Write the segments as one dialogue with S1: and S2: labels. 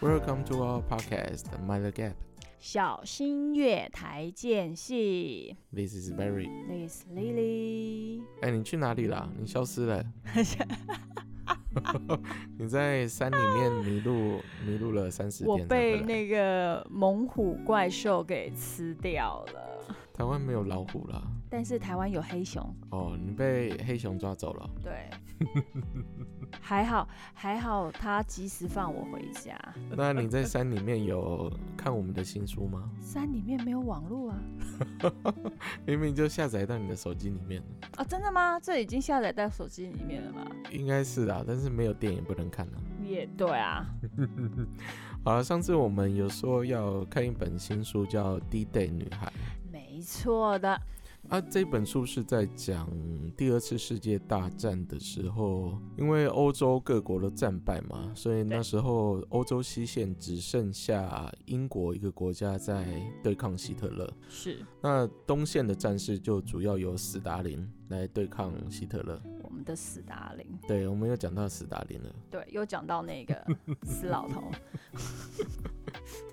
S1: Welcome to our podcast, Mind the Gap.
S2: 小心月台间隙。
S1: This is Barry.
S2: This Lily，
S1: 哎、你去哪里啦？你消失了。 你在山里面迷路，迷路了三十
S2: 我
S1: 天才
S2: 被
S1: 回来。
S2: 那个猛虎怪兽给吃掉了。
S1: 台湾没有老虎啦。
S2: 哦但是台湾有黑熊，
S1: 哦，你被黑熊抓走 了。
S2: 对，还好还好，他及时放我回家。
S1: 那你在山里面有看我们的新书吗？
S2: 山里面没有网络啊？
S1: 明明就下载到你的手机里面了。
S2: 啊，真的吗？这已经下载到手机里面了吗？
S1: 应该是啦，但是没有电也不能看了。
S2: 也对啊，
S1: 好了，上次我们有说要看一本新书，叫《D Day 女孩》。
S2: 没错的。
S1: 啊，这本书是在讲第二次世界大战的时候，因为欧洲各国都战败嘛，所以那
S2: 对
S1: 时候欧洲西线只剩下英国一个国家在对抗希特勒，
S2: 是
S1: 那东线的战事就主要由斯大林来对抗希特勒。
S2: 我们的斯大林，
S1: 对，我们又讲到斯大林了。
S2: 对，又讲到 那个死老头，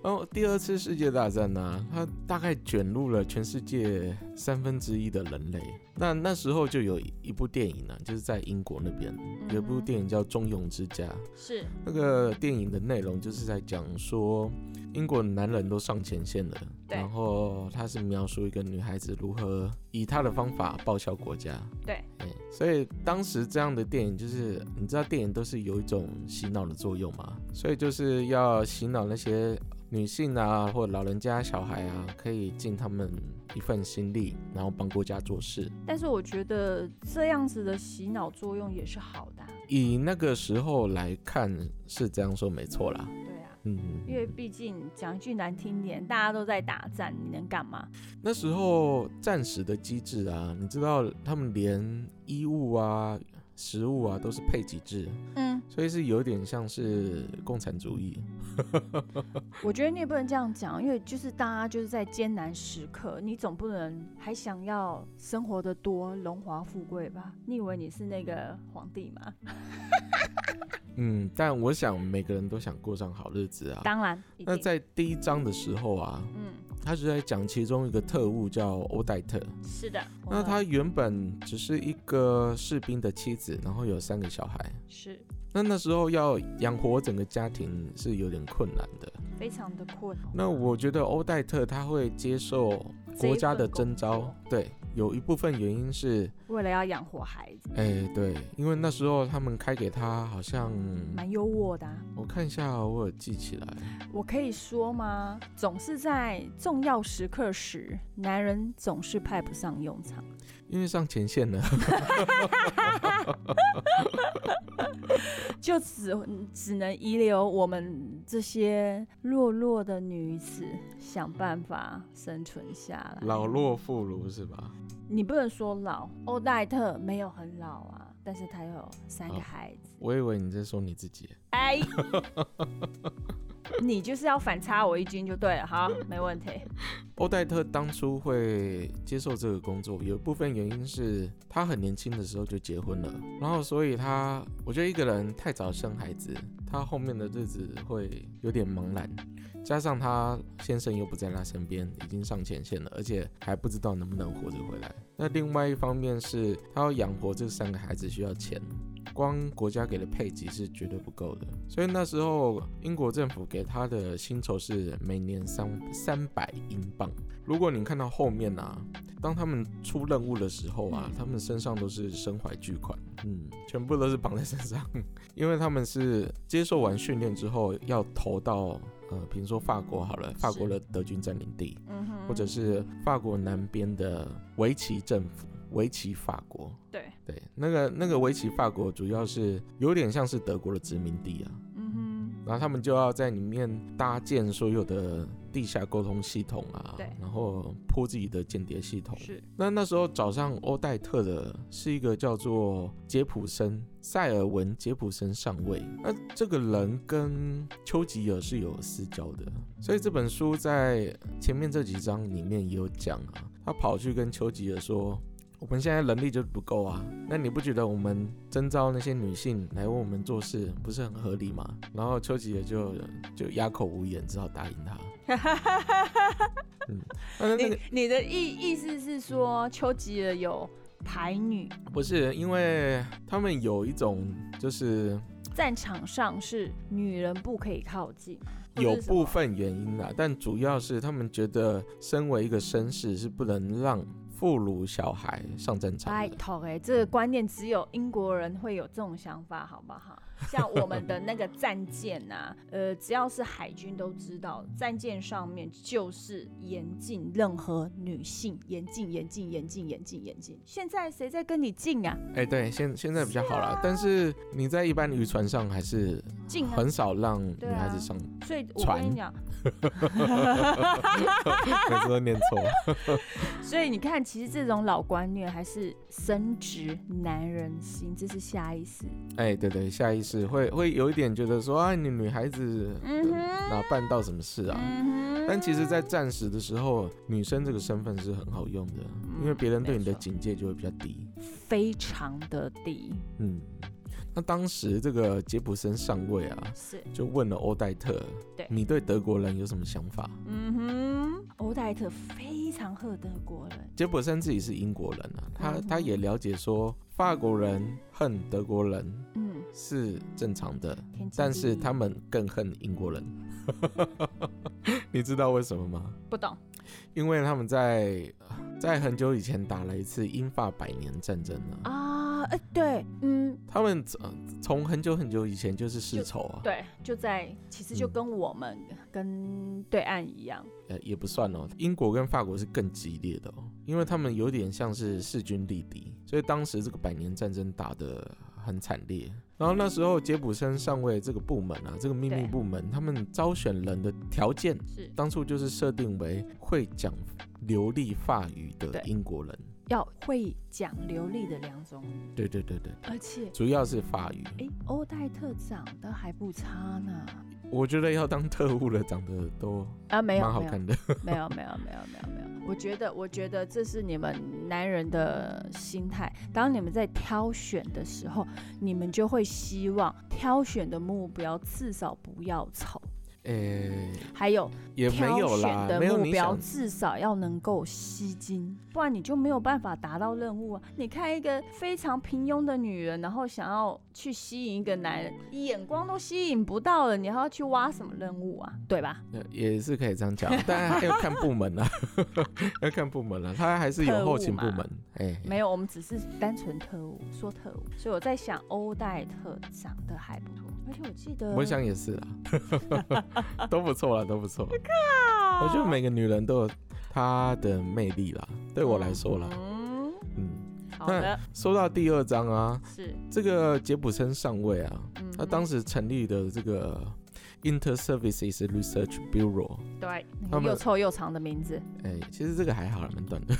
S1: 然后哦第二次世界大战呢、它大概卷入了全世界三分之一的人类。那那时候就有一部电影呢、啊就是在英国那边有一
S2: 嗯
S1: 部电影叫《忠勇之家》，
S2: 是
S1: 那个电影的内容就是在讲说英国的男人都上前线了，
S2: 对
S1: 然后他是描述一个女孩子如何以她的方法报效国家。
S2: 对
S1: 哎，所以当时这样的电影就是，你知道电影都是有一种洗脑的作用嘛，所以就是要洗脑那些女性啊，或者老人家、小孩啊，可以尽他们一份心力，然后帮国家做事。
S2: 但是我觉得这样子的洗脑作用也是好的啊、
S1: 以那个时候来看，是这样说没错啦。
S2: 对啊，
S1: 嗯，
S2: 因为毕竟讲一句难听点，大家都在打战，你能干嘛？
S1: 那时候战时的机制啊，你知道他们连衣物啊、食物啊都是配给制，
S2: 嗯，
S1: 所以是有点像是共产主义。
S2: 我觉得你也不能这样讲，因为就是大家就是在艰难时刻，你总不能还想要生活的多荣华富贵吧？你以为你是那个皇帝吗？
S1: 嗯，但我想每个人都想过上好日子啊。
S2: 当然，一
S1: 那
S2: 定
S1: 在第一章的时候啊，
S2: 嗯，
S1: 他是在讲其中一个特务叫欧黛特。
S2: 是的，我
S1: 那
S2: 们
S1: 他原本只是一个士兵的妻子，然后有三个小孩。
S2: 是
S1: 那那时候要养活整个家庭是有点困难的。
S2: 非常的困惑。
S1: 那我觉得欧黛特他会接受国家的征
S2: 这一
S1: 召
S2: 份工，
S1: 对，有一部分原因是，
S2: 为了要养活孩子，
S1: 哎，对，因为那时候他们开给他好像，
S2: 蛮优渥的啊、
S1: 我看一下，哦我有记起来，
S2: 我可以说吗？总是在重要时刻时，男人总是派不上用场。
S1: 因为上前线了。
S2: 就只只能遗留我们这些弱弱的女子想办法生存下来。
S1: 老，弱妇孺是吧？
S2: 你不能说老，欧黛特没有很老啊，但是她有三个
S1: 好
S2: 孩子。
S1: 我以为你在说你自己。
S2: 哎， 你就是要反差我一军就对了，好，没问题。
S1: 欧黛特当初会接受这个工作，有一部分原因是她很年轻的时候就结婚了，然后所以她，我觉得一个人太早生孩子，她后面的日子会有点茫然。加上她先生又不在她身边，已经上前线了，而且还不知道能不能活着回来。那另外一方面是，她要养活这三个孩子需要钱，光国家给的配给是绝对不够的，所以那时候英国政府给他的薪酬是每年三三百英镑。如果你看到后面啊，当他们出任务的时候啊，他们身上都是身怀巨款，嗯，全部都是绑在身上， 因为他们是接受完训练之后要投到呃，比如说法国好了，法国的德军占领地，
S2: 嗯哼，
S1: 或者是法国南边的维奇政府，维奇法国，
S2: 对，
S1: 对，那个那个围棋法国主要是有点像是德国的殖民地啊，
S2: 嗯
S1: 然后他们就要在里面搭建所有的地下沟通系统啊，
S2: 对
S1: 然后铺自己的间谍系统
S2: 哼，。是
S1: 那那时候找上欧黛特的是一个叫做杰普森塞尔文杰普森上尉，那这个人跟丘吉尔是有私交的，所以这本书在前面这几章里面也有讲啊，他跑去跟丘吉尔说。我们现在能力就是不够啊。那你不觉得我们征召那些女性来为我们做事，不是很合理吗？然后丘吉尔就就哑口无言，只好答应他。嗯，那那
S2: 你
S1: 个
S2: 你的意意思是说，丘吉尔有排女，
S1: 不是因为他们有一种就是
S2: 战场上是女人不可以靠近吗，或
S1: 有
S2: 是什么
S1: 部分原因啦，但主要是他们觉得身为一个绅士是不能让妇孺小孩上战场
S2: 拜
S1: 的。
S2: 托哎、这个观念只有英国人会有这种想法，好不好？像我们的那个战舰啊，呃，只要是海军都知道，战舰上面就是严禁任何女性，严禁，严禁，严禁，严禁，严禁。现在谁在跟你禁啊？
S1: 哎、对，现现在比较好了，但是你在一般渔船上还是
S2: 禁啊！
S1: 很少让女孩
S2: 对啊
S1: 子上，
S2: 所以我
S1: 船
S2: 跟你讲，啊
S1: 每次都念错。
S2: 所以你看，其实这种老观念还是深植男人心，这是下意识。
S1: 哎、对对，下意识会会有一点觉得说啊，你女孩子
S2: 嗯哼
S1: 哪办到什么事啊？
S2: 嗯哼
S1: 但其实，在战时的时候，女生这个身份是很好用的，因为别人对你的
S2: 嗯没错
S1: 警戒就会比较低。
S2: 非常的低，
S1: 嗯，那当时这个杰普森上尉啊，
S2: 是。
S1: 就问了欧代特，
S2: 对
S1: 你对德国人有什么想法？
S2: 嗯哼，欧黛特非常恨德国人，
S1: 杰普森自己是英国人啊，他、
S2: 嗯哼
S1: 他也了解说法国人恨德国人
S2: 嗯，
S1: 是正常的，
S2: 天经
S1: 但
S2: 地
S1: 是
S2: 义
S1: 他们更恨英国人。 你知道为什么吗？
S2: 不懂，
S1: 因为他们在在很久以前打了一次英法百年战争啊，
S2: 啊，哎、对，嗯，
S1: 他们呃从很久很久以前就是世仇啊，
S2: 对，就在，其实就
S1: 嗯
S2: 跟我们、跟对岸一样，
S1: 呃也不算哦，英国跟法国是更激烈的哦，因为他们有点像是势均力敌，所以当时这个百年战争打得很惨烈。然后那时候杰普森上尉这个部门啊，这个秘密
S2: 对
S1: 部门，他们招选人的条件
S2: 是
S1: 当初就是设定为会讲流利法语
S2: 对
S1: 的英国人。
S2: 要会讲流利的两种语，
S1: 对对对对，
S2: 而且，
S1: 主要是法语。
S2: 哎、欧黛特长得还不差呢，
S1: 我觉得要当特务的长得都
S2: 啊，没有，
S1: 蛮好
S2: 没有，
S1: 看的。
S2: 没有，没有，没有，没有，没有。我觉得，我觉得这是你们男人的心态。当你们在挑选的时候，你们就会希望挑选的目标至少不要丑，
S1: 诶、
S2: 还有
S1: 也没有
S2: 挑选
S1: 啦，
S2: 的
S1: 没有
S2: 目
S1: 你
S2: 标
S1: 想。
S2: 至少要能够吸睛，不然你就没有办法达到任务啊！你看一个非常平庸的女人，然后想要去吸引一个男人，眼光都吸引不到了，你还要去挖什么任务啊？对吧？
S1: 呃也是可以这样讲， 但要看部门啊， 要看部门啊，他还是有后勤部
S2: 特务
S1: 门。哎，
S2: 没有，我们只是单纯特务，说特务。所以我在想，欧黛特长得还不错，而且我记得，
S1: 我想也是啦， 都不错啦，都不错。我
S2: 哦
S1: 觉得每个女人都有她的魅力啦，对我来说啦，
S2: 嗯，
S1: 嗯。
S2: 好的，
S1: 说到第二章啊，
S2: 是，
S1: 这个杰普森上尉啊，
S2: 嗯哼，
S1: 他当时成立的这个 Inter-Services Research Bureau，
S2: 对，
S1: 他
S2: 那个
S1: 们
S2: 又臭又长的名字，
S1: 哎、其实这个还好啦，蛮短的，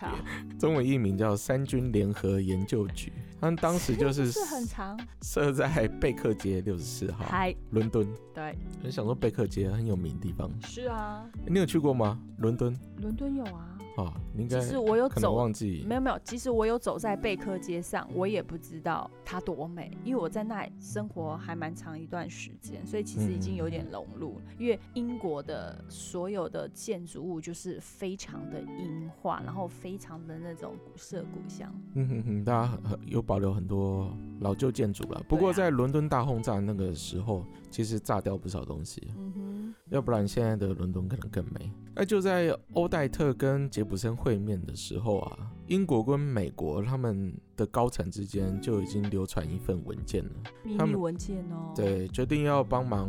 S2: 靠，
S1: 中文译名叫三军联合研究局。他们当时就是
S2: 是很长，
S1: 设在贝克街六十四号，
S2: 嗨，
S1: 伦敦。
S2: 对，
S1: 很想说贝克街很有名的地方，
S2: 是啊，
S1: 你有去过吗？伦敦
S2: 伦敦有啊，
S1: 哦，你应该
S2: 其实我有
S1: 可能
S2: 走。
S1: 忘记
S2: 没。有没有，其实我有走在贝克街上，我也不知道它多美，因为我在那里生活还蛮长一段时间，所以其实已经
S1: 嗯
S2: 有点融入了。因为英国的所有的建筑物就是非常的英化，然后非常的那种古色古香。
S1: 嗯哼哼，大家很很有保留很多老旧建筑了。不过
S2: 啊
S1: 在伦敦大轰炸那个时候，其实炸掉不少东西。
S2: 嗯
S1: 要不然现在的伦敦可能更美。那就在欧黛特跟杰普森会面的时候啊，英国跟美国他们的高层之间就已经流传一份文件了，
S2: 哼，秘
S1: 他
S2: 密
S1: 们
S2: 文件哦。，
S1: 对，决定要帮忙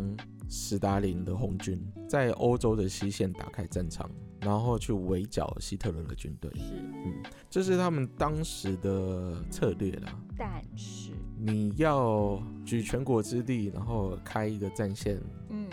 S1: 史达林的红军在欧洲的西线打开战场，然后去围剿希特勒的军队，
S2: 是，
S1: 这是他们当时的策略啦。
S2: 但是，
S1: 你要举全国之力，然后开一个战线，
S2: 嗯，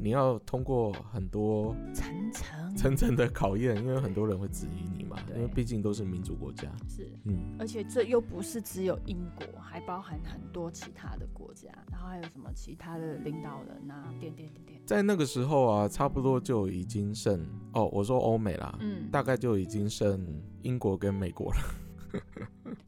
S1: 你要通过很多
S2: 层 层
S1: 层层的考验，因为很多人会质疑你嘛，
S2: 对
S1: 因为毕竟都是民主国家。
S2: 是
S1: 嗯，
S2: 而且这又不是只有英国，还包含很多其他的国家，然后还有什么其他的领导人啊，点点点点，
S1: 在那个时候啊，差不多就已经剩哦，我说欧美啦，
S2: 嗯，
S1: 大概就已经剩英国跟美国了。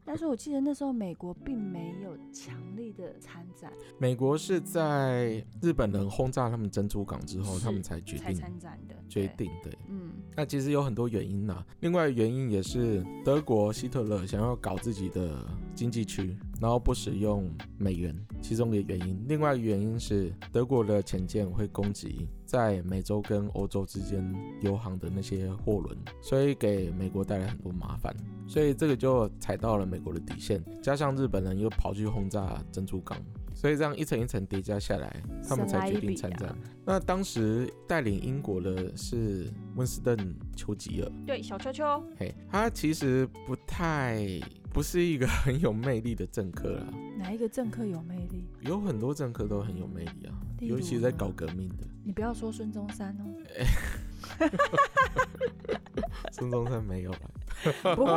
S2: 但是我记得那时候美国并没有强力的参展，
S1: 美国是在日本人轰炸他们珍珠港之后，
S2: 是
S1: 他们才决
S2: 才
S1: 定
S2: 参展的。
S1: 决
S2: 对，
S1: 定对。
S2: 嗯，
S1: 那其实有很多原因呐、另外原因也是德国希特勒想要搞自己的经济区，然后不使用美元，其中一个原因。另外一个原因是德国的潜舰会攻击在美洲跟欧洲之间游航的那些货轮，所以给美国带来很多麻烦。所以这个就踩到了美国的底线，加上日本人又跑去轰炸珍珠港，所以这样一层一层叠加下来，他们
S2: 神来
S1: 才决
S2: 一
S1: 定
S2: 笔
S1: 参
S2: 啊
S1: 战。那当时带领英国的是温斯顿·丘吉尔，
S2: 对，小秋秋，
S1: 嘿，他其实不太不是一个很有魅力的政客啦，
S2: 哪一个政客有魅力？
S1: 有很多政客都很有魅力啊，
S2: 例如
S1: 尤其在
S2: 呢
S1: 搞革命的，
S2: 你不要说孙中 山哦，
S1: 孙中山没有啊啦，
S2: 不会，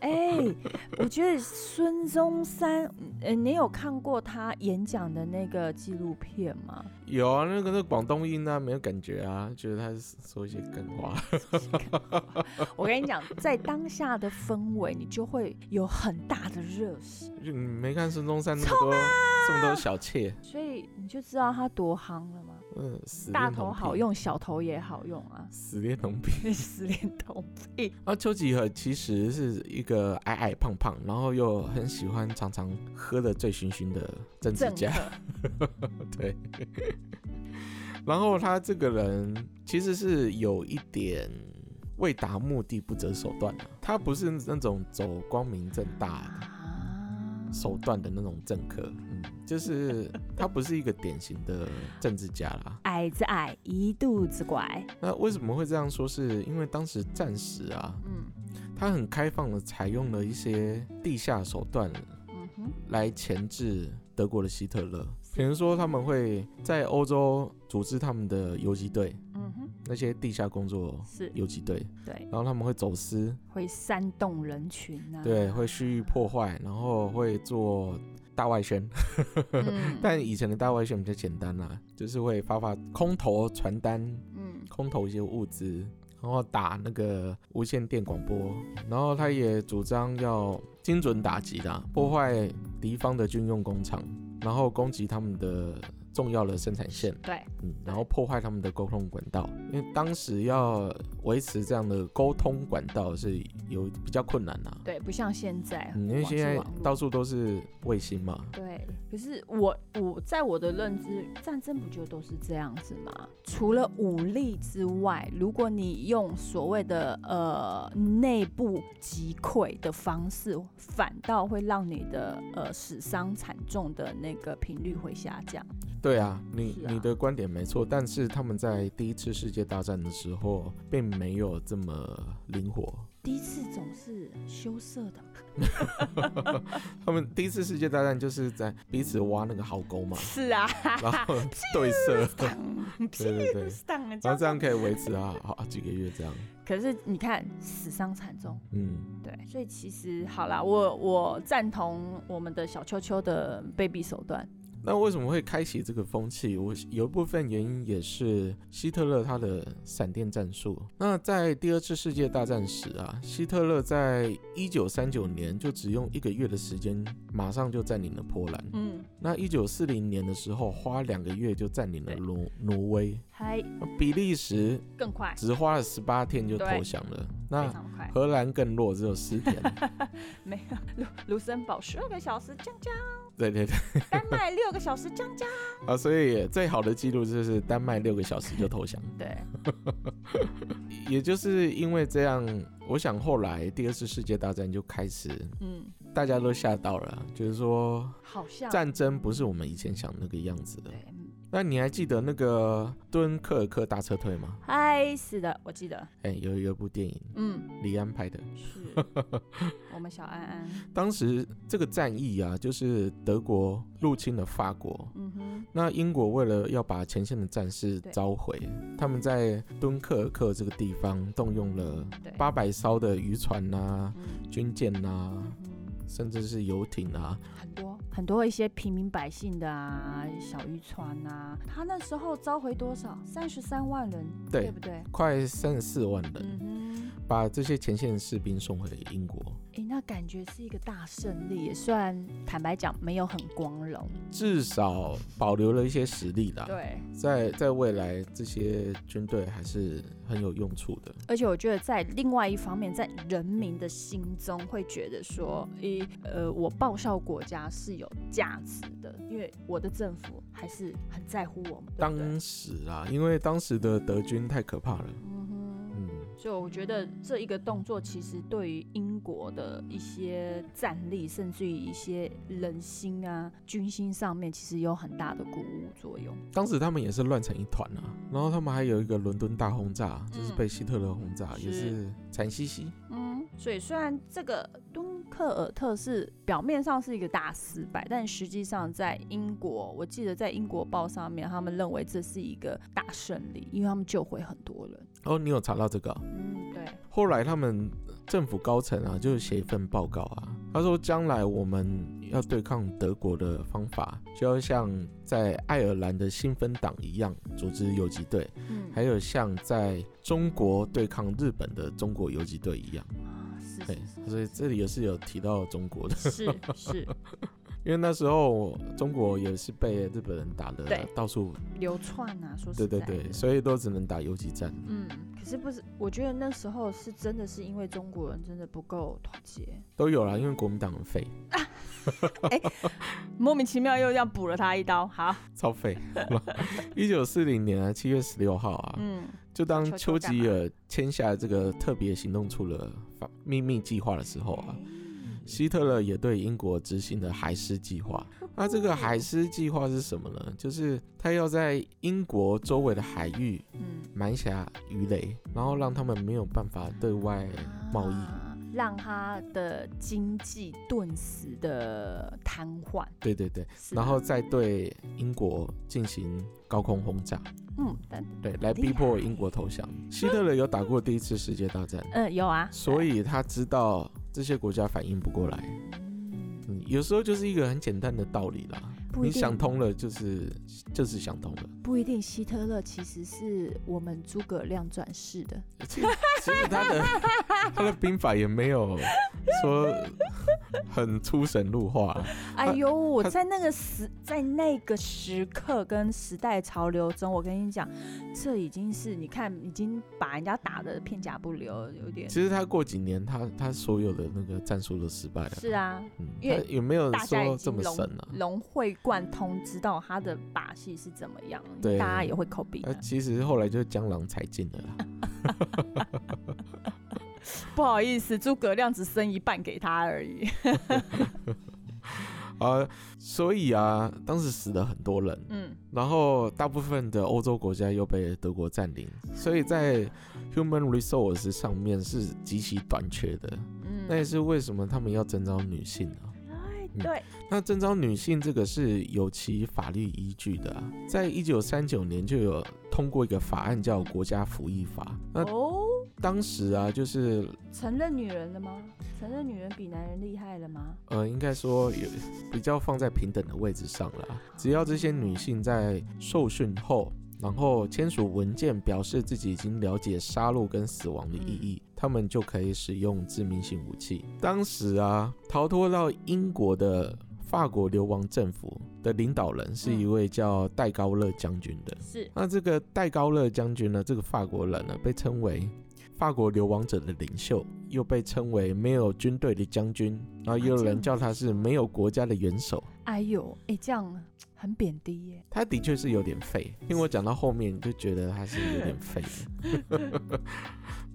S2: 哎、我觉得孙中山，呃，你有看过他演讲的那个纪录片吗？
S1: 有啊，那个那广东音啊，没有感觉啊，觉得他是说一些干话，
S2: 我跟你讲，在当下的氛围，你就会有很大的热血，
S1: 就你没看孙中山那么多
S2: 啊
S1: 这么多小妾，
S2: 所以你就知道他多夯了吗？
S1: 嗯，死
S2: 大
S1: 恋
S2: 头
S1: 童
S2: 好
S1: 癖，，
S2: 用，小头也好用啊
S1: 死恋童癖。
S2: 死恋童癖。
S1: 啊，丘吉尔其实是一个矮矮胖胖，然后又很喜欢常常喝得醉醺醺的政治
S2: 政
S1: 家。
S2: 客，
S1: 对，然后他这个人其实是有一点为达目的不择手段的、啊他不是那种走光明正大
S2: 啊
S1: 手段的那种政客，嗯，就是他不是一个典型的政治家啦。
S2: 矮子矮，一肚子拐。
S1: 那为什么会这样说是？因为当时战时啊，
S2: 嗯
S1: 他很开放的采用了一些地下手段
S2: 嗯哼，
S1: 来钳制德国的希特勒。比如说，他们会在欧洲组织他们的游击队，
S2: 嗯哼，
S1: 那些地下工作
S2: 是
S1: 游击队，
S2: 对，
S1: 然后他们会走私，
S2: 会煽动人群啊。
S1: 对，会蓄意破坏，然后会做大外宣。
S2: 嗯
S1: 但以前的大外宣比较简单啦、就是会发发空投传单，
S2: 嗯，
S1: 空投一些物资，然后打那个无线电广播，然后他也主张要精准打击啦，破坏敌方的军用工厂，然后攻击他们的重要的生产线，
S2: 对，
S1: 嗯，然后破坏他们的沟通管道，因为当时要维持这样的沟通管道是有比较困难啦、
S2: 对，不像现在，
S1: 嗯，因为
S2: 网
S1: 现
S2: 是
S1: 在
S2: 网络
S1: 到处都是卫星嘛，
S2: 对，可是我我在我的认知，战争不就都是这样子吗？除了武力之外，如果你用所谓的呃内部击溃的方式，反倒会让你的呃死伤惨重的那个频率会下降。
S1: 对啊，你
S2: 是啊
S1: 你的观点没错，但是他们在第一次世界大战的时候并没有这么灵活。
S2: 第一次总是羞涩的嘛，，
S1: 他们第一次世界大战就是在彼此挖那个壕沟嘛
S2: 是啊，
S1: 然后对射， 对对对，
S2: 啊
S1: 然后这
S2: 这
S1: 样可以维持啊好几个月这样。
S2: 可是你看死伤惨重。
S1: 嗯，
S2: 对，所以其实好啦，我我赞同我们的小秋秋的卑鄙手段。
S1: 那为什么会开启这个风气？我有一部分原因也是希特勒他的闪电战术。那在第二次世界大战时啊，希特勒在一九三九年就只用一个月的时间，马上就占领了波兰。
S2: 嗯，
S1: 那一九四零年的时候，花两个月就占领了
S2: 对
S1: 挪挪威，
S2: 还
S1: 那比利时
S2: 更快，
S1: 只花了十八天就投
S2: 对
S1: 降了。
S2: 非
S1: 那
S2: 常快，
S1: 荷兰更弱，只有十 天。
S2: 没有卢卢森堡十二个小时将将，
S1: 对对对
S2: 丹麦六个小时将将。
S1: 啊，所以最好的记录就是丹麦六个小时就投降。
S2: 对，
S1: 也就是因为这样，我想后来第二次世界大战就开始，
S2: 嗯，
S1: 大家都吓到了，就是说
S2: 好像
S1: 战争不是我们以前想的那个样子的
S2: 对。，嗯
S1: 那你还记得那个敦刻尔克大撤退吗？
S2: 嗨，是的，我记 得，
S1: 哎、有有一部电影，
S2: 嗯，
S1: 李安拍的。
S2: 是我们小安安，
S1: 当时这个战役啊，就是德国入侵了法国，
S2: 嗯哼，
S1: 那英国为了要把前线的战士
S2: 对
S1: 召回，他们在敦刻尔克这个地方动用了
S2: 对，
S1: 八百艘的渔船啊、
S2: 嗯
S1: 军舰啊，
S2: 嗯哼
S1: 甚至是游艇啊。
S2: 很多很多一些平民百姓的啊，小渔船啊，他那时候召回多少？三十三万人，
S1: 对
S2: 不对？
S1: 快三十四万人，
S2: 嗯哼，
S1: 把这些前线士兵送回英国。
S2: 诶，那感觉是一个大胜利耶，虽然坦白讲没有很光荣。
S1: 至少保留了一些实力啦。
S2: 对，
S1: 在在未来，这些军队还是很有用处的。
S2: 而且我觉得在另外一方面，在人民的心中会觉得说，诶，呃，我报效国家是有价值的，因为我的政府还是很在乎我们。对不对
S1: 当时啊，因为当时的德军太可怕了，
S2: 嗯哼。
S1: 嗯，
S2: 所以我觉得这一个动作其实对于英国的一些战力，甚至于一些人心啊、军心上面，其实有很大的鼓舞作用。
S1: 当时他们也是乱成一团啊。然后他们还有一个伦敦大轰炸，就是
S2: 嗯
S1: 被希特勒轰炸，也
S2: 是
S1: 是惨兮兮。
S2: 嗯，所以虽然这个敦刻尔特是表面上是一个大失败，但实际上在英国，我记得在英国报上面，他们认为这是一个大胜利，因为他们救回很多人。
S1: 哦，你有查到这个哦、
S2: 嗯，对，
S1: 后来他们呃政府高层啊，就写一份报告啊，他说将来我们要对抗德国的方法，就要像在爱尔兰的新芬党一样组织游击队，
S2: 嗯，
S1: 还有像在中国对抗日本的中国游击队一样。
S2: 啊，是
S1: 对
S2: 是，
S1: 所以这里也是有提到中国的，
S2: 是是是
S1: 因为那时候中国也是被日本人打的
S2: 对
S1: 到处，
S2: 流窜啊，说实
S1: 对
S2: 在
S1: 对
S2: 的，
S1: 对，所以都只能打游击战。
S2: 嗯，可是不是？我觉得那时候是真的是因为中国人真的不够团结，
S1: 都有啦，因为国民党很废，
S2: 莫名其妙又这样补了他一刀。好，
S1: 超废。 一九四零年啊，七月十六号啊，
S2: 嗯，
S1: 就当
S2: 球
S1: 丘
S2: 球干嘛
S1: 吉尔签下这个特别行动处的法秘密计划的时候啊，希特勒也对英国执行了海狮计 划。那这个海狮计划是什么呢？就是他要在英国周围的海域
S2: 嗯，
S1: 埋下鱼雷，然后让他们没有办法对外贸易。
S2: 啊让他的经济顿时的瘫痪，
S1: 对对对，
S2: 是
S1: 然
S2: 吧
S1: 后再对英国进行高空轰炸，
S2: 嗯，但
S1: 对，来逼迫英国投降。希特勒有打过第一次世界大战，
S2: 嗯有啊，
S1: 所以他知道这些国家反应不过来。
S2: 嗯
S1: 嗯，有时候就是一个很简单的道理啦，
S2: 不一
S1: 你
S2: 定
S1: 想通了就是就是想通了。
S2: 不一定，希特勒其实是我们诸葛亮转世的，
S1: 其实其实他 的他的兵法也没有说很出神入化啊啦，
S2: 哎呦，我
S1: 他
S2: 在那个时，在那个时刻跟时代潮流中，我跟你讲，这已经是你看，已经把人家打的片甲不留，有点
S1: 其实他过几年他他所有的那个战术都失败了。
S2: 是啊，
S1: 嗯，
S2: 因为
S1: 他有没有
S2: 大家已
S1: 说这
S2: 经
S1: 么
S2: 融
S1: 神啊？
S2: 融会贯通，知道他的把戏是怎么样，
S1: 对
S2: 大家也会啊 copy
S1: 他
S2: 他、
S1: 呃其实后来就是江郎才尽了啦。
S2: 不好意思，诸葛亮只剩一半给他而已。
S1: 啊、所以啊，当时死了很多人，
S2: 嗯，
S1: 然后大部分的欧洲国家又被德国占领，所以在 human resource 上面是极其短缺的。
S2: 嗯
S1: 那也是为什么他们要征召女性啊？
S2: 哎
S1: 嗯
S2: 对，
S1: 那征召女性这个是有其法律依据的、啊，在一九三九年就有通过一个法案叫《国家服役法》。那
S2: 哦，
S1: 当时啊，就是
S2: 承认女人了吗？承认女人比男人厉害了吗？
S1: 呃，应该说有比较放在平等的位置上了。只要这些女性在受训后，然后签署文件表示自己已经了解杀戮跟死亡的意义，她们就可以使用致命性武器。当时啊，逃脱到英国的法国流亡政府的领导人是一位叫戴高乐将军的。
S2: 是，
S1: 那这个戴高乐将军呢，这个法国人呢，被称为法国流亡者的领袖，又被称为没有军队的将军，然后也有人叫他是没有国家的元首。
S2: 哎呦，哎这样很贬低耶。
S1: 他的确是有点废，听我讲到后面就觉得他是有点废的。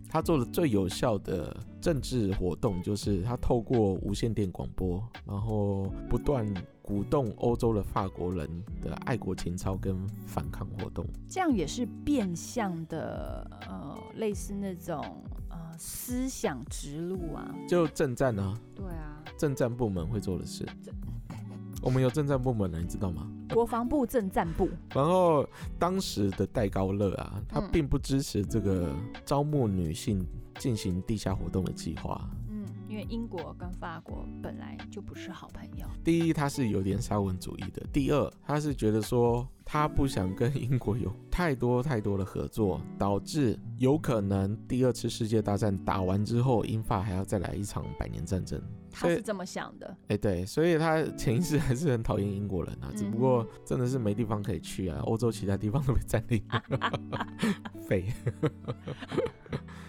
S1: 他做的最有效的政治活动就是他透过无线电广播，然后不断鼓动欧洲的法国人的爱国情操跟反抗活动。
S2: 这样也是变相的，呃，类似那种呃思想植入啊。
S1: 就政战啊，
S2: 对啊，
S1: 政战部门会做的事
S2: 这。
S1: 我们有政战部门的，你知道吗？
S2: 国防部政战部，
S1: 然后当时的戴高乐啊，他
S2: 嗯
S1: 并不支持这个招募女性进行地下活动的计划，
S2: 嗯，因因为英国跟法国本来就不是好朋友。
S1: 第一，他是有点沙文主义的；第二，他是觉得说他不想跟英国有太多太多的合作，导致有可能第二次世界大战打完之后，英法还要再来一场百年战争。
S2: 他
S1: 所以
S2: 是这么想的，
S1: 哎、对，所以他潜意识还是很讨厌英国人啊，只不过真的是没地方可以去啊，欧洲其他地方都被占领了， 废。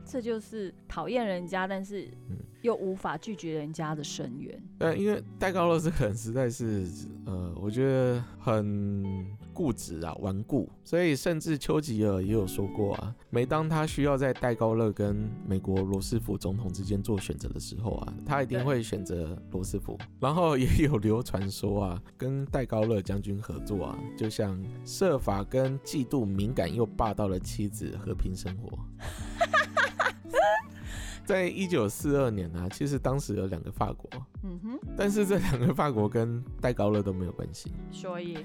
S2: 这就是讨厌人家，但是
S1: 嗯
S2: 又无法拒绝人家的深渊。
S1: 对，因为戴高乐这个人实在是，呃，我觉得很固执啊，顽固，所以甚至丘吉尔也有说过啊，每当他需要在戴高乐跟美国罗斯福总统之间做选择的时候啊，他一定
S2: 对
S1: 会选择罗斯福。然后也有流传说啊，跟戴高乐将军合作啊，就像设法跟嫉妒敏感又霸道的妻子和平生活。 在一九四二年啊，其实当时有两个法国，
S2: 嗯哼，
S1: 但是这两个法国跟戴高乐都没有关系，
S2: 所以，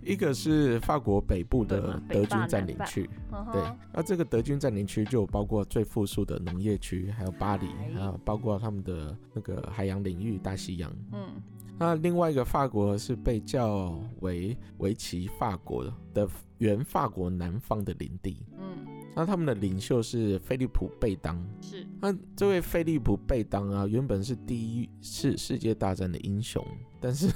S1: 一个是法国北部
S2: 对
S1: 的
S2: 嘛北
S1: 德
S2: 霸
S1: 军占
S2: 南
S1: 领
S2: 霸
S1: 区，
S2: 嗯
S1: 对
S2: 哼，，
S1: 那这个德军占领区就有包括最富庶的农业区，还有巴黎
S2: 哎，
S1: 还有包括他们的那个海洋领域大西洋。
S2: 嗯，
S1: 那另外一个法国是被叫为维奇法国的原法国南方的领地，
S2: 嗯，
S1: 那他们的领袖是菲利普贝当，
S2: 是，
S1: 那这位菲利普·贝当啊，原本是第一次世界大战的英雄，但是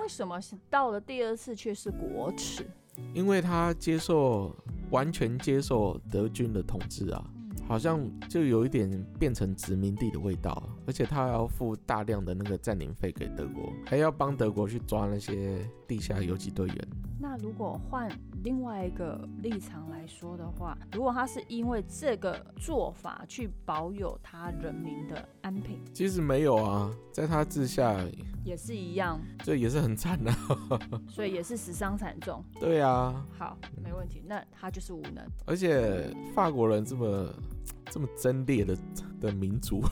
S2: 为什么是到了第二次却是国耻？
S1: 因为他接受完全接受德军的统治啊，
S2: 嗯
S1: 好像就有一点变成殖民地的味道啊，而且他要付大量的那个占领费给德国，还要帮德国去抓那些地下游击队员。
S2: 那如果换另外一个立场来说的话，如果他是因为这个做法去保有他人民的安平，
S1: 其实没有啊，在他治下，
S2: 也是一样，
S1: 这也是很惨的、
S2: 所以也是死伤惨重。
S1: 对啊，
S2: 好，没问题，那他就是无能。
S1: 而且法国人这么这么贞烈的的民族，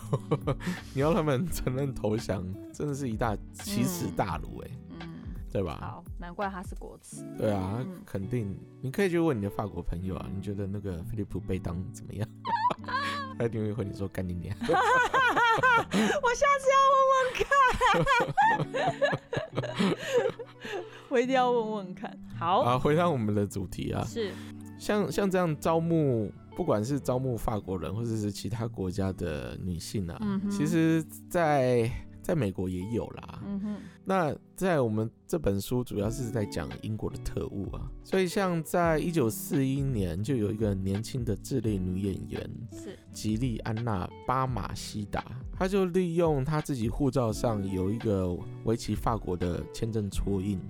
S1: 你要他们承认投降，真的是一大奇耻大辱哎、
S2: 嗯，
S1: 对吧？
S2: 好，难怪他是国耻。
S1: 对啊
S2: 嗯，
S1: 肯定你可以去问你的法国朋友啊，你觉得那个菲利普贝当怎么样？ 他一定会和你说干你娘。
S2: 我下次要问问看，我一定要问问看。好，
S1: 啊，回到我们的主题啊，
S2: 是，
S1: 像像这样招募，不管是招募法国人或者是其他国家的女性啊，
S2: 嗯哼
S1: 其实在在美国也有啦，
S2: 嗯哼，
S1: 那在我们这本书主要是在讲英国的特务啊，所以像在一九四一年就有一个年轻的智利女演员
S2: 是，
S1: 吉利安娜·巴马西达，她就利用她自己护照上有一个维奇法国的签证戳印，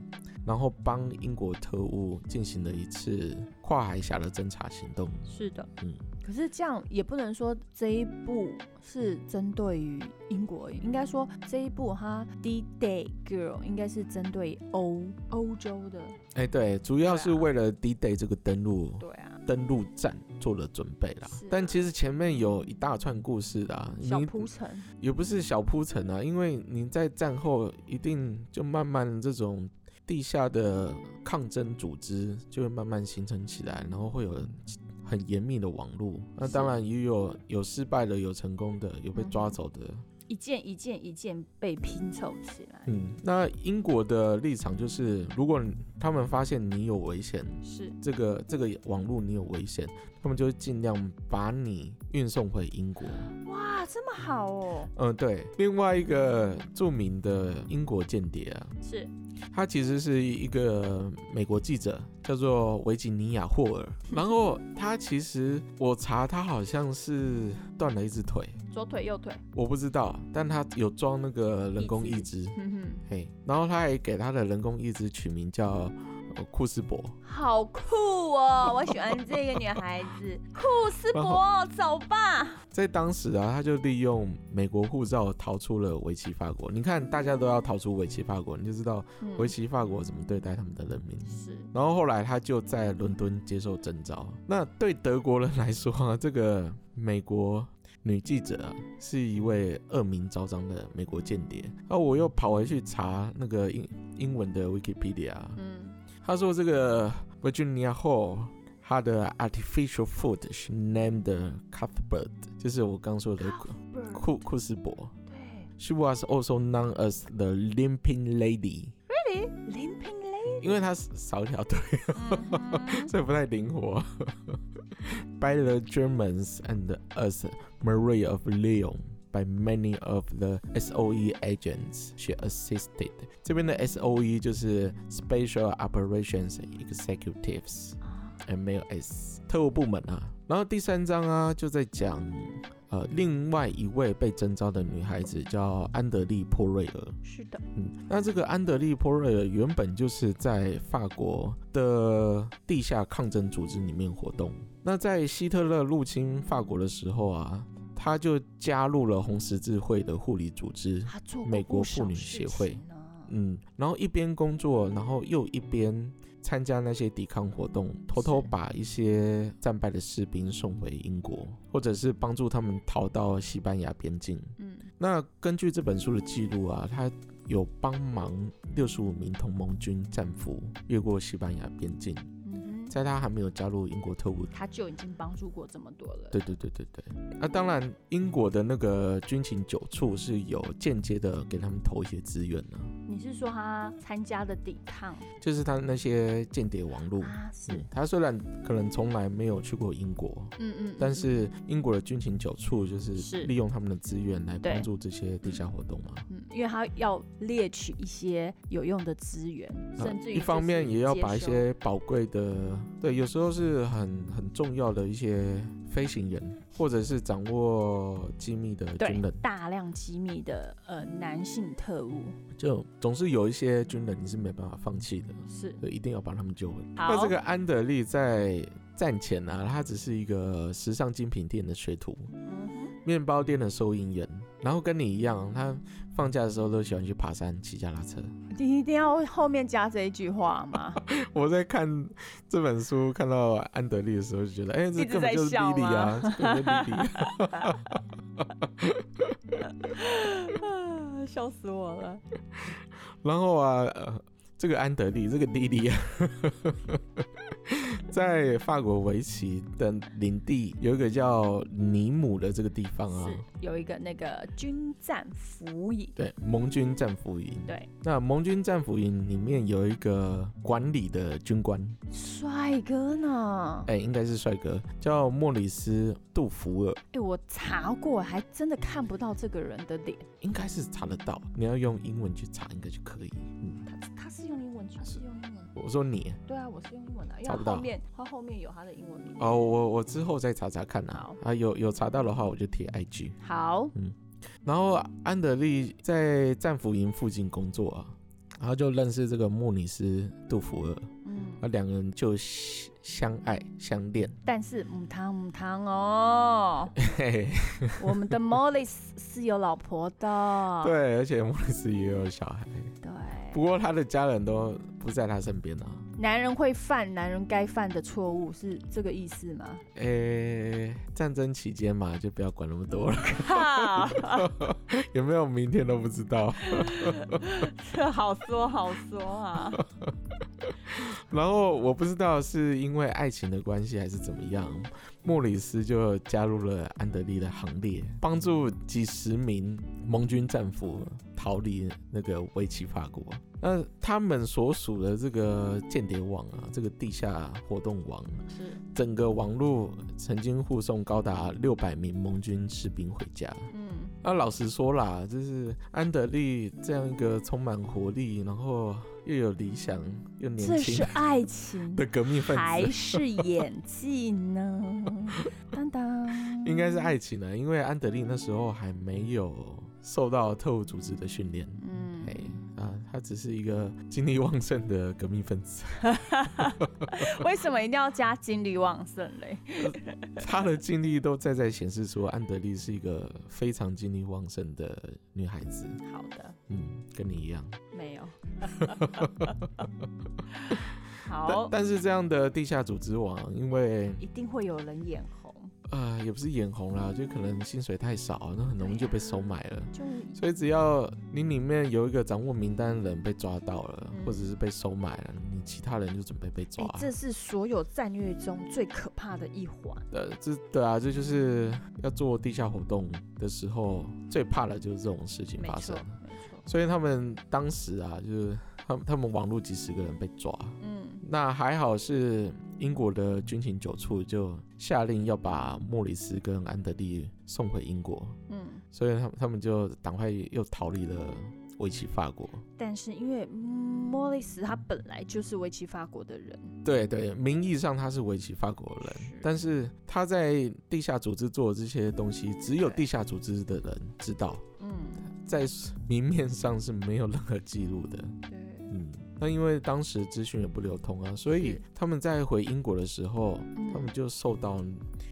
S1: 然后帮英国特务进行了一次跨海峡的侦查行动。
S2: 是的。
S1: 嗯，
S2: 可是这样也不能说这一部是针对于英国，应该说这一部哈《D Day Girl》应该是针对欧欧洲的，
S1: 哎，对，主要是
S2: 对啊
S1: 为了 D-Day 这个登陆
S2: 对啊，
S1: 登陆战做了准备啦。
S2: 是啊
S1: 但其实前面有一大串故事的、啊，
S2: 小
S1: 你
S2: 铺陈，
S1: 也不是小铺陈啊，因为你在战后一定就慢慢这种地下的抗争组织就会慢慢形成起来，然后会有很严密的网络。那
S2: 是
S1: 当然也有有失败的，有成功的，有被抓走的。
S2: 一件一件一件被拼凑起来，
S1: 嗯，那英国的立场就是，如果他们发现你有危险，
S2: 是
S1: 这个这个网络你有危险，他们就会尽量把你运送回英国。
S2: 哇，这么好哦，
S1: 嗯，对。另外一个著名的英国间谍啊，
S2: 是
S1: 他其实是一个美国记者，叫做维吉尼亚·霍尔。然后他其实我查他好像是断了一只腿，
S2: 左腿右腿，
S1: 我不知道，但他有装那个人工义肢，
S2: 哼嗯哼，
S1: 嘿，然后他还给他的人工义肢取名叫。呃库斯伯，
S2: 好酷哦， 我喜欢这个女孩子，哦库斯伯，走吧，
S1: 在当时啊，他就利用美国护照逃出了维奇法国。你看，大家都要逃出维奇法国，你就知道
S2: 嗯
S1: 维奇法国怎么对待他们的人民。
S2: 是
S1: 然后后来他就在伦敦接受征召。那对德国人来说啊，这个美国女记者啊，是一位恶名昭彰的美国间谍。然后我又跑回去查那个英英文的 Wikipedia，啊
S2: 嗯，
S1: 他说这个 Virginia Hall。他的 artificial foot 是 named Cuthbert，就是我刚说的库库库斯伯。
S2: 对。
S1: She was also known as the limping lady，
S2: Really? Limping lady？
S1: 因为她少一条腿，
S2: 嗯哼
S1: 所以不太灵活。By the Germans and as Maria of Leon. By many of the SOE agents she assisted，这边的 SOE 就是 Special Operations Executives，
S2: 啊
S1: 哎，没有 S 特务部门啊。然后第三章啊，就在讲呃另外一位被征召的女孩子叫安德利·珀瑞尔。
S2: 是的，
S1: 嗯，那这个安德利·珀瑞尔原本就是在法国的地下抗争组织里面活动。那在希特勒入侵法国的时候啊，他就加入了红十字会的护理组织。
S2: 他做
S1: 美
S2: 过
S1: 国
S2: 不
S1: 妇
S2: 少
S1: 女
S2: 事
S1: 协会
S2: 情呢，
S1: 嗯，然后一边工作，然后又一边参加那些抵抗活动，偷偷
S2: 是
S1: 把一些战败的士兵送回英国，或者是帮助他们逃到西班牙边境。
S2: 嗯，
S1: 那根据这本书的记录啊，他有帮忙六十五名同盟军战俘越过西班牙边境，
S2: 嗯哼，
S1: 在他还没有加入英国特务。
S2: 他就已经帮助过这么多了。
S1: 对对对对对，啊，当然，英国的那个军情九处是有间接的给他们投一些资源呢、
S2: 你是说他参加的抵抗
S1: 就是他那些间谍网络。
S2: 啊？是，
S1: 嗯，他虽然可能从来没有去过英国，
S2: 嗯嗯，
S1: 但
S2: 嗯
S1: 是英国的军情九处就是
S2: 是
S1: 利用他们的资源来
S2: 对
S1: 帮助这些地下活动嘛。
S2: 嗯，因为他要猎取一些有用的资源，
S1: 那
S2: 甚至于
S1: 啊一方
S2: 就是
S1: 面也要
S2: 接
S1: 把一
S2: 收
S1: 些宝贵的，对，有时候是很很重要的一些飞行员，或者是掌握机密的军
S2: 对
S1: 人，
S2: 大量机密的呃男性特务
S1: 就总是有一些军人你是没办法放弃的，
S2: 是
S1: 所以一定要把他们救回来。
S2: 好
S1: 那这个安德利在战前啊，他只是一个时尚精品店的学徒，
S2: 嗯哼
S1: 面包店的收银员，然后跟你一样，他放假的时候都喜欢去爬山、骑脚踏车。
S2: 你一定要后面加这一句话吗？
S1: 我在看这本书，看到安德利的时候，就觉得，哎、这
S2: 一直
S1: 根本
S2: 在
S1: 就是莉
S2: 笑
S1: 莉啊，这根本就是莉莉。
S2: 啊笑死我了！
S1: 然后啊，呃，这个安德利，这个莉莉啊， 在法国围棋的领地有一个叫尼姆的这个地方啊
S2: 是，有一个那个军战服役，
S1: 对，盟军战俘营。
S2: 对，
S1: 那盟军战俘营里面有一个管理的军官，
S2: 帅哥呢？
S1: 哎、应该是帅哥，叫莫里斯·杜福尔，
S2: 哎、我查过，还真的看不到这个人的脸。
S1: 应该是查得到。你要用英文去查，应该就可以。嗯，
S2: 他他是用英文，他是用英文。
S1: 我说你
S2: 对啊，我是用英文的、因
S1: 查
S2: 为
S1: 啊不
S2: 他
S1: 到
S2: 后面他后面有他的英文名。
S1: 哦，我我之后再查查看啊
S2: 好，
S1: 啊有有查到的话，我就贴 IG。
S2: 好，
S1: 然后安德利在战俘营附近工作啊，然后就认识这个莫里斯·杜福尔，
S2: 嗯，
S1: 那两个人就相相爱相恋。
S2: 但是母汤母汤 哦，
S1: 嘿嘿
S2: 我们的 Morris 是有老婆的。
S1: 对，而且莫里斯也有小孩，
S2: 对
S1: 不过他的家人都不在他身边啊。
S2: 男人会犯男人该犯的错误，是这个意思吗？
S1: 诶，战争期间嘛，就不要管那么多了，
S2: 靠，
S1: 有没有明天都不知道。
S2: 这 好说好说啊。
S1: 然后我不知道是因为爱情的关系还是怎么样，莫里斯就加入了安德利的行列，帮助几十名盟军战俘逃离那个维奇法国。那他们所属的这个间谍网啊，这个地下活动网，啊
S2: 是，
S1: 整个网络曾经护送高达六百名盟军士兵回家。
S2: 嗯，
S1: 那老实说啦，就是安德利这样一个充满活力，然后又有理想又年
S2: 这
S1: 轻
S2: 是爱 情
S1: 的革命分
S2: 还
S1: 子，
S2: 是演技 呢？当当，
S1: 应该是爱情了，因为安德利那时候还没有受到特务组织的训练，
S2: 嗯
S1: 哎、啊，他只是一个精力旺盛的革命分子，
S2: 为什么一定要加精力旺盛嘞？
S1: 他的经历都在在显示出安德利是一个非常精力旺盛的女孩子，
S2: 好的，
S1: 嗯，跟你一样。
S2: 没有。
S1: 但
S2: 好，
S1: 但是这样的地下组织网，因为
S2: 一定会有人眼红。
S1: 呃，也不是眼红啦，就可能薪水太少，啊那很容易就被收买了。
S2: 就是
S1: 所以只要你里面有一个掌握名单的人被抓到了，
S2: 嗯
S1: 或者是被收买了，你其他人就准备被抓。
S2: 哎，这是所有战略中最可怕的一环。
S1: 呃，这对啊，这就是要做地下活动的时候最怕的就是这种事情
S2: 没
S1: 发
S2: 错
S1: 生。，
S2: 没错。
S1: 所以他们当时啊，就是他们他们网络几十个人被抓，
S2: 嗯，
S1: 那还好是英国的军情九处就下令要把莫里斯跟安德利送回英国，
S2: 嗯，
S1: 所以他们他们就赶快又逃离了维奇法国。
S2: 但是因为嗯莫里斯他本来就是维奇法国的人，
S1: 对对，名义上他是维奇法国人，
S2: 是
S1: 但是他在地下组织做的这些东西，只有
S2: 对
S1: 地下组织的人知道，
S2: 嗯，
S1: 在 明面上是没有任何记录的。
S2: 对，
S1: 嗯，那因为当时资讯也不流通啊，所以
S2: 是
S1: 他们在回英国的时候，
S2: 嗯
S1: 他们就受到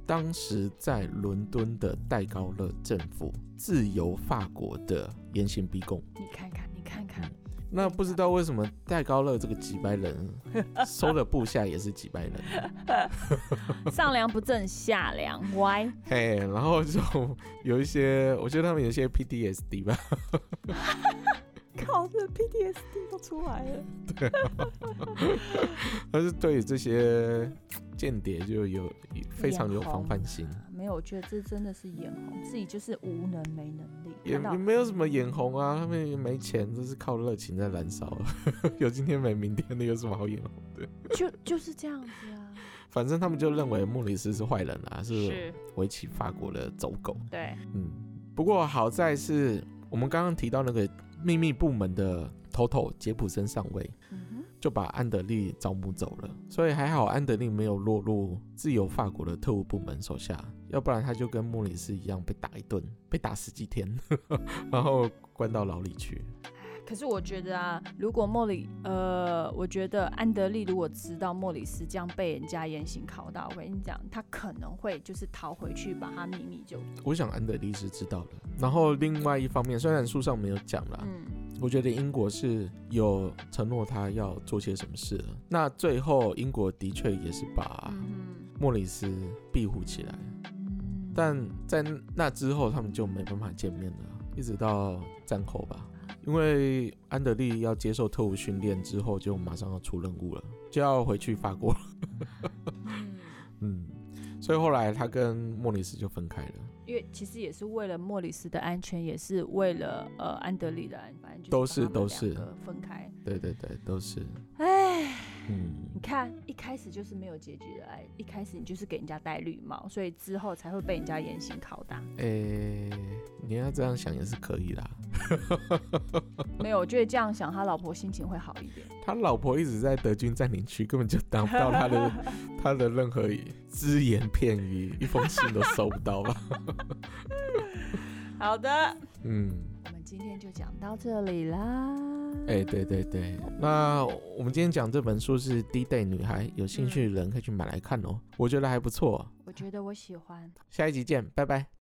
S1: 当时在伦敦的戴高乐政府自由法国的严刑逼供。
S2: 你看看，你看看，
S1: 那不知道为什么戴高乐这个几百人 收的部下也是几百人，
S2: 上梁不正下梁歪，
S1: 嘿，然后就 有一些，我觉得他们有一些 PTSD 吧，
S2: 靠，这 PTSD 都出来了。
S1: 他是对这些间谍就有非常有防范心。
S2: 没有，我觉得这真的是眼红，自己就是无能没能力。
S1: 也
S2: 看到
S1: 也没有什么眼红啊，他们也没钱，这是靠热情在燃烧。 有今天没明天的，有什么好眼红的？
S2: 就就是这样子啊，
S1: 反正他们就认为莫里斯是坏人啊，是维奇法国的走狗。
S2: 对，
S1: 嗯，不过好在是我们刚刚提到那个秘密部门的头头杰普森上尉，
S2: 嗯
S1: 就把安德利招募走了，所以还好安德利没有落入自由法国的特务部门手下，要不然他就跟莫里斯一样被打一顿，被打十几天， 然后关到牢里去。
S2: 哼。可是我觉得啊，如果莫里，呃，我觉得安德利如果知道莫里斯这样被人家严刑拷打，我跟你讲，他可能会就是逃回去，把他秘密就
S1: 我想安德利是知道的。然后另外一方面，虽然书上没有讲啦，
S2: 嗯，
S1: 我觉得英国是有承诺他要做些什么事的。那最后英国的确也是把
S2: 嗯
S1: 莫里斯庇护起来，
S2: 哼，
S1: 但在那之后他们就没办法见面了，一直到战后吧。因为安德利要接受特务训练之后，就马上要出任务了，就要回去法国了。
S2: 嗯
S1: 嗯，所以后来他跟莫里斯就分开了。
S2: 因为其实也是为了莫里斯的安全，也是为了呃安德利的安，反正就
S1: 都
S2: 把
S1: 是
S2: 他们
S1: 都
S2: 两
S1: 是
S2: 个分开。
S1: 对对对，都是。
S2: 哎，
S1: 嗯，
S2: 你看，一开始就是没有结局的爱，一开始你就是给人家戴绿帽，所以之后才会被人家严刑拷打。
S1: 诶、你要这样想也是可以啦。
S2: 没有，我觉得这样想，他老婆心情会好一点。
S1: 他老婆一直在德军占领区，根本就达不到他的他的任何只言片语，一封信都收不到吧？
S2: 好的，
S1: 嗯，
S2: 我们今天就讲到这里啦。
S1: 诶、哎对对对。那我们今天讲这本书是《D Day 女孩》，有兴趣的人可以去买来看哦，我觉得还不错。
S2: 我觉得我喜欢。
S1: 下一集见，拜拜。